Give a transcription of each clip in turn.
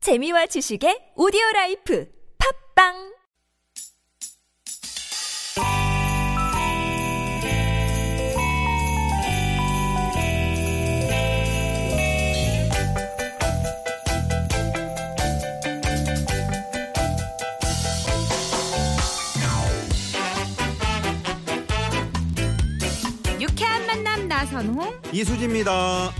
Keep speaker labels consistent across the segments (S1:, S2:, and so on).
S1: 재미와 지식의 오디오 라이프 팝빵
S2: 유쾌한 만남 나선홍
S3: 이수지입니다.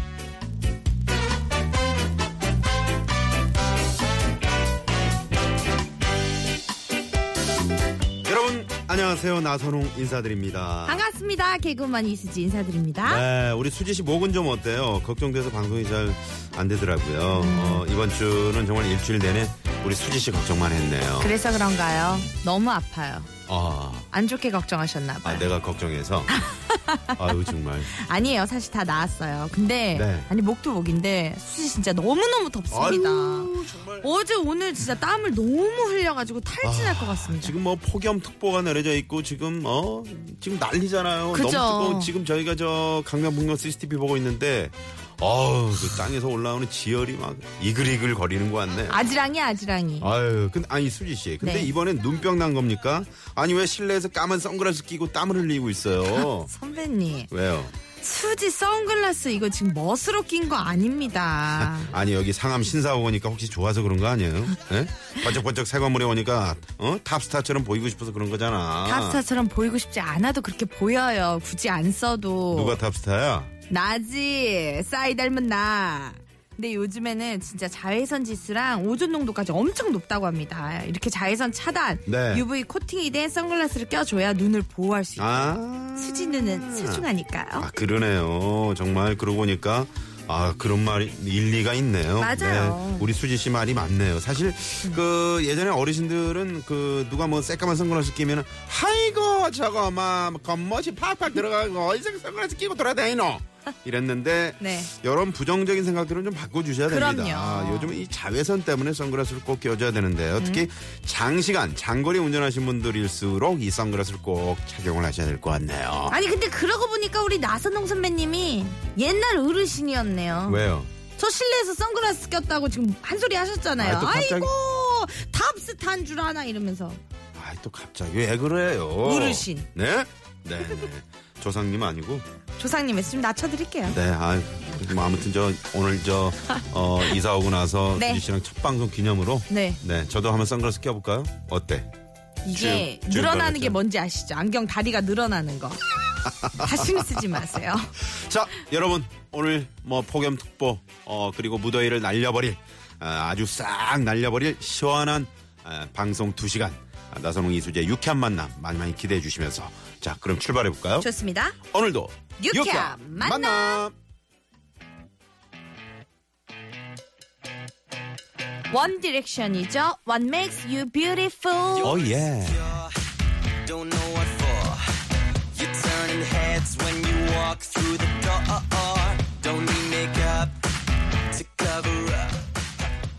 S3: 여러분 안녕하세요 나선홍 인사드립니다.
S2: 반갑습니다 개그맨 이수지 인사드립니다
S3: 네, 우리 수지 씨 목은 좀 어때요? 걱정돼서 방송이 잘 안 되더라고요.
S2: 음.
S3: 어, 이번 주는 정말 일주일 내내 우리 수지 씨 걱정만 했네요.
S2: 그래서 그런가요 너무 아파요
S3: 아,
S2: 안 좋게 걱정하셨나
S3: 아,
S2: 봐요
S3: 내가 걱정해서. 아유 정말.
S2: 니에요 사실 다 나았어요 근데
S3: 네.
S2: 아니 목도 목인데 수지 진짜 너무너무 덥습니다
S3: 아유, 정말.
S2: 어제 오늘 진짜 땀을 너무 흘려가지고 탈진할 것 같습니다
S3: 지금 뭐 폭염특보가 내려져 있고 지금 어 지금 난리잖아요.
S2: 그죠.
S3: 너무 뜨거운 지금 저희가 저 강남 북경 CCTV 보고 있는데 어우 그 땅에서 올라오는 지열이 막 이글이글 거리는 것 같네.
S2: 아지랑이 아지랑이
S3: 아유, 근데 아니 수지 씨, 근데
S2: 네.
S3: 이번엔 눈병 난 겁니까? 아니 왜 실내에서 까만 선글라스 끼고 땀을 흘리고 있어요?
S2: 선배님
S3: 왜요?
S2: 수지 선글라스 이거 지금 멋으로 낀 거 아닙니다
S3: 아니 여기 상암 신사옥 오니까 혹시 좋아서 그런 거 아니에요? 예? 번쩍번쩍 새 건물에 오니까 어 탑스타처럼 보이고 싶어서 그런 거잖아.
S2: 탑스타처럼 보이고 싶지 않아도 그렇게 보여요 굳이 안 써도
S3: 누가 탑스타야?
S2: 나지 싸이 닮은 나 근데 요즘에는 진짜 자외선 지수랑 오존 농도까지 엄청 높다고 합니다 이렇게 자외선 차단
S3: 네.
S2: UV 코팅이 된 선글라스를 껴줘야 눈을 보호할 수 있어요
S3: 아
S2: 수지 눈은 소중하니까요
S3: 아 그러네요. 정말 그러고 보니까 아 그런 말이 일리가 있네요.
S2: 맞아요. 음.
S3: 우리 수지 씨 말이 맞네요. 사실 그 예전에 어르신들은 그 누가 뭐 새까만 선글라스 끼면은 아이고 저거 막 겉멋이 팍팍 들어가고 어디서 선글라스 끼고 돌아다니노 이랬는데
S2: 네.
S3: 이런 부정적인 생각들은 좀 바꿔주셔야 됩니다.
S2: 그럼요.
S3: 아, 요즘 이 자외선 때문에 선글라스를 꼭 껴줘야 되는데요. 특히
S2: 음.
S3: 장시간 장거리 운전하신 분들일수록 이 선글라스를 꼭 착용을 하셔야 될 것 같네요.
S2: 아니 근데 그러고 보니까 우리 나선홍 선배님이 옛날 어르신이었네요
S3: 왜요?
S2: 저 실내에서 선글라스 꼈다고 지금 한 소리 하셨잖아요
S3: 아, 또 갑자기-
S2: 아이고 탑스타인 줄 아나 이러면서
S3: 아이 또 갑자기 왜 그래요?
S2: 어르신.
S3: 네? 네. 네. 조상님 아니고.
S2: 조상님 에서 좀 낮춰드릴게요
S3: 네. 아, 뭐 아무튼 저 오늘 저 어, 이사 오고 나서
S2: 네.
S3: 유지 씨랑 첫 방송 기념으로
S2: 네.
S3: 네. 저도 한번 선글라스 껴 볼까요? 어때?
S2: 이게
S3: 줄- 줄
S2: 늘어나는 게
S3: 떨어져.
S2: 뭔지 아시죠? 안경 다리가 늘어나는 거. 다시는 쓰지 마세요.
S3: 자, 여러분 오늘 뭐 폭염 특보 어 그리고 무더위를 날려버릴 아, 아주 싹 날려버릴 시원한 아, 방송 2시간 아, 나선홍 이수재 유쾌한 만남 많이 많이 기대해 주시면서 자, 그럼 출발해 볼까요?
S2: 좋습니다.
S3: 오늘도
S2: 유쾌한
S3: 유쾌한
S2: 만남. 원 디렉션이죠. What makes you beautiful.
S3: 어 예.
S4: don't know what for. You're turning heads when you walk through the door. Don't need makeup to cover up.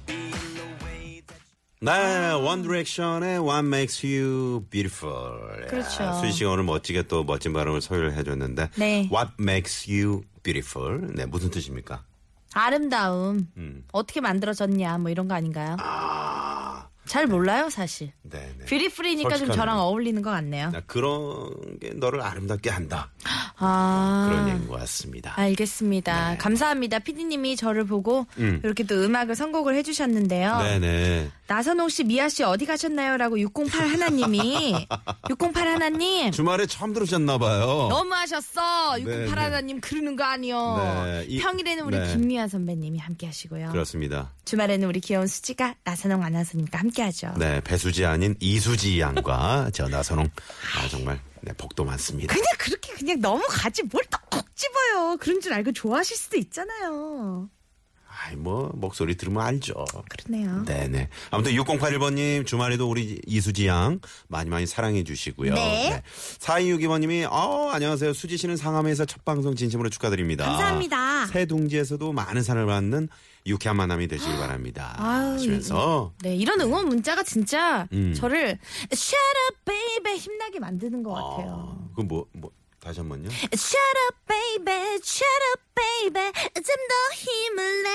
S4: Being the way that
S3: 네, 원 디렉션의 What Makes You Beautiful.
S2: 그렇죠.
S3: 야, 수지 씨가 오늘 멋지게 또 멋진 발음을 소유를 해줬는데.
S2: 네.
S3: What Makes You Beautiful. 네, 무슨 뜻입니까?
S2: 아름다움. 어떻게 만들어졌냐 뭐 이런 거 아닌가요? 잘 몰라요 사실.
S3: 네, 네.
S2: 뷰티풀이니까 좀
S3: 솔직하네요.
S2: 저랑 어울리는 것 같네요.
S3: 나 그런 게 너를 아름답게 한다.
S2: 아.
S3: 그런 얘기인 것 같습니다.
S2: 알겠습니다. 감사합니다. 피디님이 저를 보고 이렇게 또 음악을 선곡을 해주셨는데요.
S3: 네네.
S2: 나선홍 씨, 미아 씨 어디 가셨나요? 라고 608 하나님이 608 하나님
S3: 주말에 처음 들으셨나봐요.
S2: 어? 너무하셨어.
S3: 어. 네,
S2: 608 하나님 그러는 거 아니요.
S3: 네, 이-
S2: 평일에는 우리
S3: 네. 그렇죠.
S2: 김미아 선배님이 함께 하시고요.
S3: 그렇습니다.
S2: 주말에는 우리 귀여운 수지가 나선홍 아나운서님과 함께 하죠.
S3: 네, 배수지 아닌 이수지 양과 저 나선홍. 아, 정말, 네, 복도 많습니다.
S2: 그냥 그렇게 그냥 넘어가지 뭘 또 콕 집어요. 그런 줄 알고 좋아하실 수도 있잖아요.
S3: 아이, 뭐, 목소리 들으면 알죠.
S2: 그렇네요.
S3: 네네. 아무튼 6081번님 주말에도 우리 이수지 양 많이 많이 사랑해 주시고요.
S2: 네.
S3: 4262번님이 어 안녕하세요. 수지 씨는 상암에서 첫 방송 진심으로 축하드립니다.
S2: 감사합니다.
S3: 새 둥지에서도 많은 사랑을 받는 유쾌한 만남이 되시길 바랍니다.
S2: 아유,
S3: 하시면서
S2: 네, 이런 응원 문자가 진짜
S3: 음.
S2: 저를 Shut up baby 힘나게 만드는 것 같아요. 네.
S3: 어, 그럼 뭐, 뭐 다시 한 번요.
S2: Shut up, baby. Shut up, baby. 좀 더 힘을 내.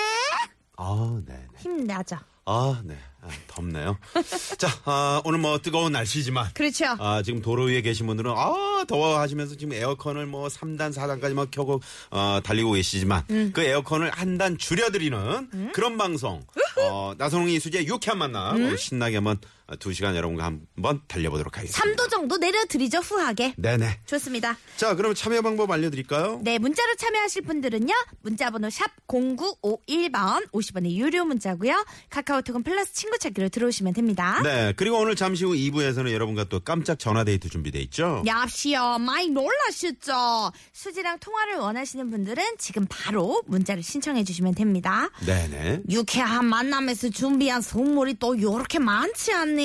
S3: 아, 네. 네.
S2: 힘나죠.
S3: 아, 네. 아, 덥네요. 자, 아, 오늘 뭐 뜨거운 날씨지만.
S2: 그렇죠.
S3: 아, 지금 도로 위에 계신 분들은, 아, 더워 하시면서 지금 에어컨을 뭐 3단, 4단까지 막 켜고, 어, 달리고 계시지만, 그 에어컨을 한 단 줄여드리는 그런 방송. 어, 나선홍이 수제 유쾌한 만남. 오늘 신나게 한번 어, 두 시간 여러분과 한번 달려보도록 하겠습니다.
S2: 3도 정도 내려드리죠, 후하게.
S3: 네네.
S2: 좋습니다.
S3: 자, 그럼 참여 방법 알려드릴까요?
S2: 네, 문자로 참여하실 분들은요. 문자번호 샵 0951번 50원의 유료 문자고요. 카카오톡은 플러스 친구 찾기로 들어오시면 됩니다.
S3: 네, 그리고 오늘 잠시 후 2부에서는 여러분과 또 깜짝 전화데이트 준비돼 있죠?
S2: 얍시요. 많이 놀라셨죠? 수지랑 통화를 원하시는 분들은 지금 바로 문자를 신청해 주시면 됩니다.
S3: 네네.
S2: 유쾌한 만남에서 준비한 선물이 또 요렇게 많지 않니?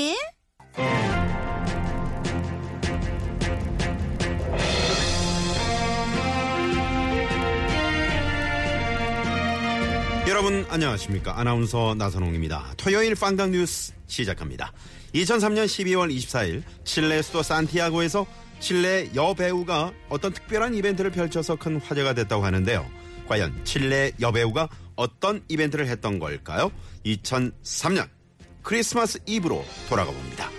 S3: 여러분 안녕하십니까 아나운서 나선홍입니다 토요일 빵강 뉴스 시작합니다 2003년 12월 24일 칠레 수도 산티아고에서 칠레 여배우가 어떤 특별한 이벤트를 펼쳐서 큰 화제가 됐다고 하는데요 과연 칠레 여배우가 어떤 이벤트를 했던 걸까요 2003년 크리스마스 이브로 돌아가 봅니다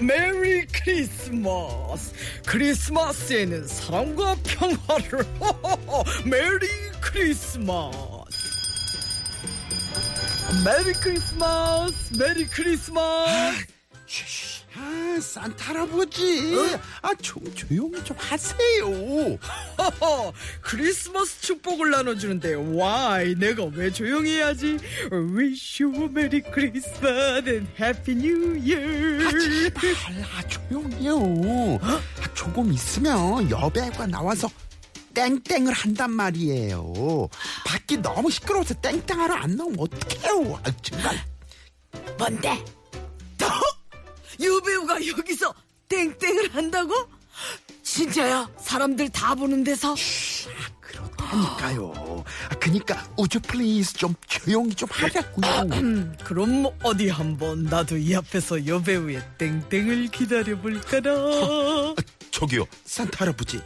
S5: 메리 크리스마스 크리스마스에는 사랑과 평화를 메리 크리스마스 메리 크리스마스 메리 크리스마스
S3: 아 산타 할아버지 아좀 조용히 좀 하세요
S5: 크리스마스 축복을 나눠주는데 와이 내가 왜 조용히 해야지 Wish you a Merry Christmas and Happy New Year
S3: 아, 조용히요. 아, 조금 있으면 여배우가 나와서 땡땡을 한단 말이에요. 밖이 너무 시끄러워서 땡땡하러 안 나오면 어떡해요. 아, 정말.
S5: 뭔데? 너? 유배우가 여기서 땡땡을 한다고? 진짜야? 사람들 다 보는 데서?
S6: 그러니까요. 아, 그니까 우주 플리즈 좀 조용히 좀 하자고요.
S5: 그럼 어디 한번 나도 이 앞에서 여배우의 땡땡을 기다려볼까나
S6: 저기요, 산타 할아버지.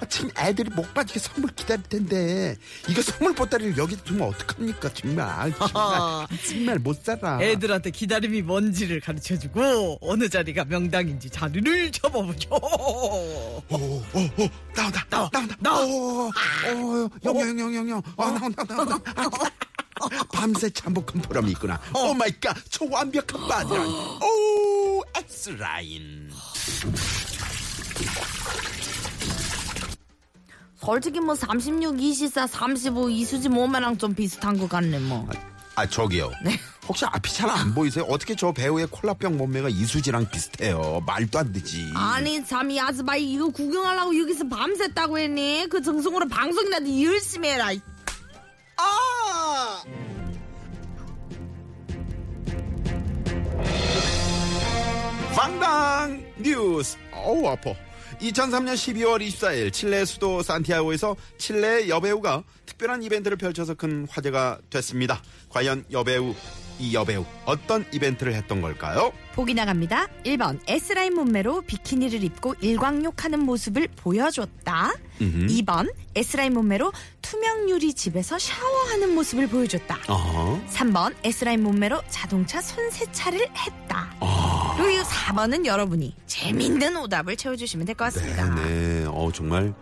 S6: 아, 지금 애들이 목 빠지게 선물 기다릴 텐데 이거 선물 보따리를 여기다 두면 어떡합니까? 정말 정말, 정말 못 살아.
S5: 애들한테 기다림이 뭔지를 가르쳐주고 어느 자리가 명당인지 자리를 잡아보죠
S6: 오, 오, 오, 어, 나온다, 나와, 나온다, 어,
S5: 나와.
S6: 오, 오, 어, 영영, 영영, 영영, 아, 나온다, 나온다. 아, 아, 아, 밤새 잠복한 보람이 있구나. 오 마이 갓, 저 완벽한 반란. 오,
S3: X라인.
S2: 솔직히 뭐 36, 24, 35 이수지 몸매랑 좀 비슷한 것 같네 뭐.
S3: 아, 저기요. 혹시 앞이 잘 안 보이세요? 어떻게 저 배우의 콜라병 몸매가 이수지랑 비슷해요? 말도 안 되지.
S2: 아니 참 이 아즈바이 이거 구경하려고 여기서 밤샜다고 했니? 그 정성으로 방송이라도 열심히 해라. 이.
S3: 아! 황당 뉴스. 어우, 아파. 2003년 12월 24일 칠레 수도 산티아고에서 칠레 여배우가 특별한 이벤트를 펼쳐서 큰 화제가 됐습니다. 과연 여배우, 이 여배우 어떤 이벤트를 했던 걸까요?
S2: 보기 나갑니다. 1번 S라인 몸매로 비키니를 입고 일광욕하는 모습을 보여줬다. 2번 S라인 몸매로 투명 유리 집에서 샤워하는 모습을 보여줬다.
S3: 어허.
S2: 3번 S라인 몸매로 자동차 손세차를 했다. 그리고 4번은 여러분이 재밌는 오답을 채워주시면 될 것 같습니다.
S3: 네, 어 정말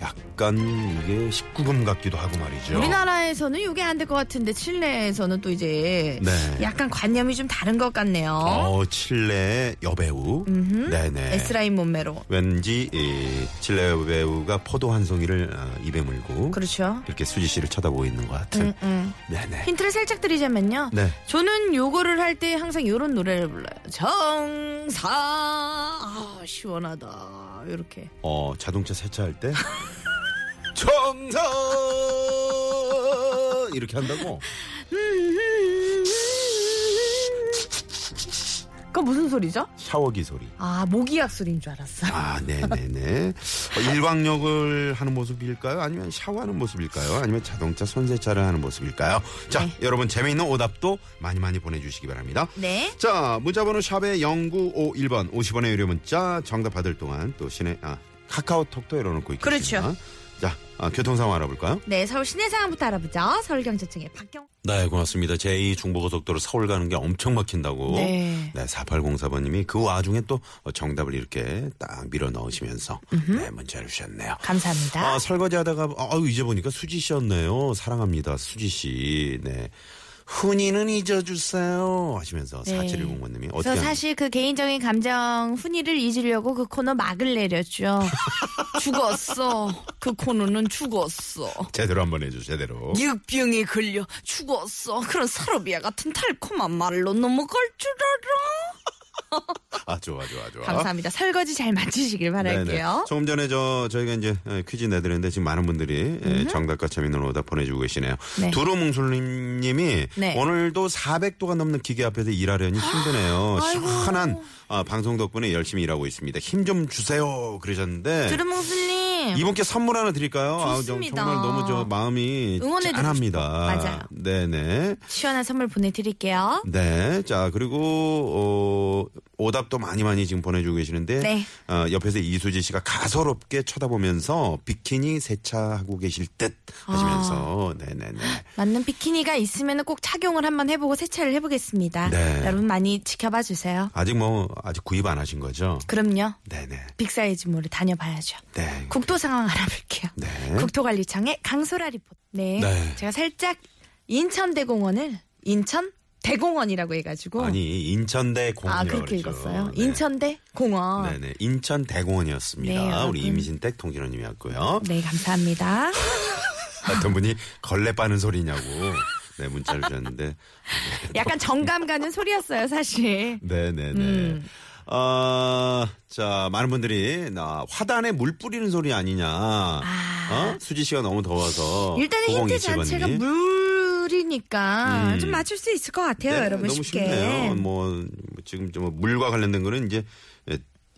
S3: 약간 이게 19금 같기도 하고 말이죠.
S2: 우리나라에서는 이게 안 될 것 같은데 칠레에서는 또 이제
S3: 네.
S2: 약간 관념이 좀 다른 것 같네요.
S3: 어 칠레 여배우. 네네.
S2: S라인 몸매로.
S3: 왠지 이 칠레 여배우가 포도 한 송이를 어, 입에 물고
S2: 그렇죠.
S3: 이렇게 수지 씨를 쳐다보고 있는 것 같은. 네네.
S2: 음, 힌트를 살짝 드리자면요.
S3: 네.
S2: 저는 요거를 할 때 항상 요런 노래를 불러요. 정사 아, 시원하다. 이렇게.
S3: 어 자동차 세차할 때 정사 이렇게 한다고.
S2: 그 무슨 소리죠?
S3: 샤워기 소리.
S2: 아 모기약 소리인 줄 알았어.
S3: 아, 네네네. 어, 일광욕을 하는 모습일까요? 아니면 샤워하는 모습일까요? 아니면 자동차 손세차를 하는 모습일까요? 자, 여러분 재미있는 오답도 많이 많이 보내주시기 바랍니다.
S2: 네.
S3: 자, 문자번호 샵의 0951번 50원의 유료 문자 정답 받을 동안 또 시내 아 카카오톡도 열어놓고 있겠습니다.
S2: 그렇죠.
S3: 자, 아, 교통 상황 알아볼까요?
S2: 네, 서울 시내 상황부터 알아보죠. 서울경찰청의 박경.
S3: 네, 고맙습니다. 제2 중부고속도로 서울 가는 게 엄청 막힌다고.
S2: 네.
S3: 4804번님이 그 와중에 또 정답을 이렇게 딱 밀어 넣으시면서 네, 문자를 주셨네요.
S2: 감사합니다.
S3: 아, 설거지 하다가, 아, 유 이제 보니까 수지 씨였네요. 사랑합니다. 수지 씨. 네. 훈이는 잊어주세요. 하시면서
S2: 네.
S3: 4710번님이 어떻게.
S2: 저
S3: 하는-
S2: 사실 그 개인적인 감정 훈이를 잊으려고 그 코너 막을 내렸죠. 죽었어. 그 코너는 죽었어.
S3: 제대로 한번 해줘, 제대로.
S2: 육병이 걸려 죽었어. 그런 사로비아 같은 달콤한 말로 넘어갈 줄 알아.
S3: 아, 좋아, 좋아, 좋아.
S2: 감사합니다. 설거지 잘 마치시길 바랄게요.
S3: 조금 전에 저 저희가 이제 에, 퀴즈 내드렸는데 지금 많은 분들이 에, 정답과 재밌는 오답 보내주고 계시네요.
S2: 음. 네.
S3: 두루뭉술님이
S2: 네.
S3: 오늘도 400도가 넘는 기계 앞에서 일하려니 힘드네요.
S2: 아이고.
S3: 시원한 아, 방송 덕분에 열심히 일하고 있습니다. 힘 좀 주세요 그러셨는데
S2: 두루뭉술님.
S3: 네. 이분께 선물 하나 드릴까요? 아우, 정-
S2: 좋습니다.
S3: 정말 너무 저 마음이
S2: 응원해드리고
S3: 짠합니다.
S2: 싶어. 맞아요.
S3: 네네.
S2: 시원한 선물 보내드릴게요.
S3: 네. 자, 그리고, 어, 오답도 많이 많이 지금 보내주고 계시는데.
S2: 네.
S3: 어, 옆에서 이수지 씨가 가소롭게 쳐다보면서 비키니 세차하고 계실 듯 하시면서.
S2: 아.
S3: 네네네.
S2: 맞는 비키니가 있으면 꼭 착용을 한번 해보고 세차를 해보겠습니다.
S3: 네.
S2: 여러분 많이 지켜봐 주세요.
S3: 아직 뭐, 아직 구입 안 하신 거죠?
S2: 그럼요.
S3: 네네.
S2: 빅사이즈 몰을 다녀봐야죠.
S3: 네.
S2: 국토 상황 알아볼게요.
S3: 네.
S2: 그, 국토관리청의 강소라 리포터. 네.
S3: 네.
S2: 제가 살짝 인천대공원을 인천 대공원이라고 해가지고
S3: 아니, 인천대 공원.
S2: 그, 아 그렇게 읽었어요. 인천대 공원. 네.
S3: 네네. 인천 대공원이었습니다.
S2: 네, 여러분.
S3: 우리 임신택 통진원님이었고요.
S2: 네, 감사합니다.
S3: 어떤 분이 걸레 빠는 소리냐고. 네, 문자를 주셨는데.
S2: 약간 정감 가는 소리였어요, 사실.
S3: 네네네.
S2: 음.
S3: 어, 자, 많은 분들이, 나, 화단에 물 뿌리는 소리 아니냐. 어? 수지 씨가 너무 더워서.
S2: 일단은 힌트
S3: 9027
S2: 자체가
S3: 번님.
S2: 물이니까
S3: 음.
S2: 좀 맞출 수 있을 것 같아요,
S3: 네,
S2: 여러분
S3: 너무
S2: 쉽게.
S3: 쉽네요. 뭐, 지금 좀 물과 관련된 거는 이제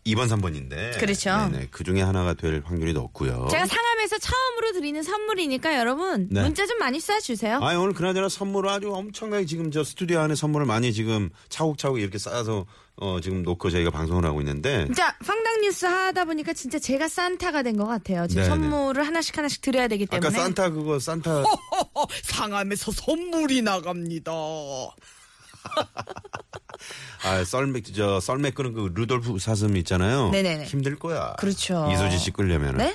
S3: 2번, 3번인데.
S2: 그렇죠.
S3: 네네. 그 중에 하나가 될 확률이 높고요.
S2: 제가 상암에서 처음으로 드리는 선물이니까 여러분
S3: 어? 네.
S2: 문자 좀 많이 쏴주세요.
S3: 아 오늘 그나저나 선물을 아주 엄청나게 지금 저 스튜디오 안에 선물을 많이 지금 차곡차곡 이렇게 쌓아서 어 지금 놓고 저희가 방송을 하고 있는데
S2: 진짜 황당 뉴스 하다 보니까 진짜 제가 산타가 된 것 같아요. 지금
S3: 네,
S2: 선물을 하나씩 하나씩 드려야 되기 때문에
S3: 아까 산타 그거 산타
S2: 어,
S5: 허허, 상암에서 선물이 나갑니다.
S3: 아, 썰맥, 저, 썰맥 끄는 그 루돌프 사슴 있잖아요.
S2: 네네네.
S3: 힘들 거야.
S2: 그렇죠.
S3: 이소지 씨 끌려면.
S2: 네?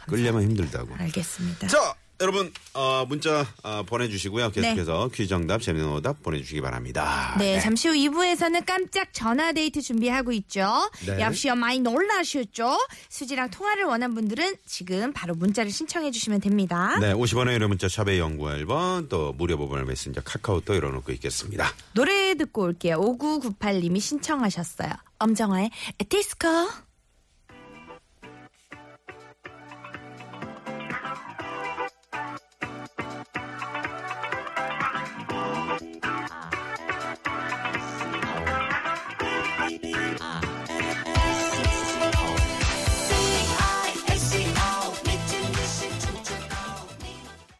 S2: 아.
S3: 끌려면 힘들다고.
S2: 알겠습니다.
S3: 자, 여러분, 어, 문자 어, 보내주시고요. 계속해서 퀴즈 정답, 재미있는 오답 보내주시기 바랍니다.
S2: 네, 잠시 후 2부에서는 깜짝 전화 데이트 준비하고 있죠.
S3: 네.
S2: 역시 많이 놀라셨죠? 수지랑 통화를 원한 분들은 지금 바로 문자를 신청해 주시면 됩니다.
S3: 네, 50원의 유료 문자 샵의 연구 1번, 또 무료 보물 메신저 카카오톡 열어놓고 있겠습니다.
S2: 노래 듣고 올게요. 5998님이 신청하셨어요. 엄정화의 디스코.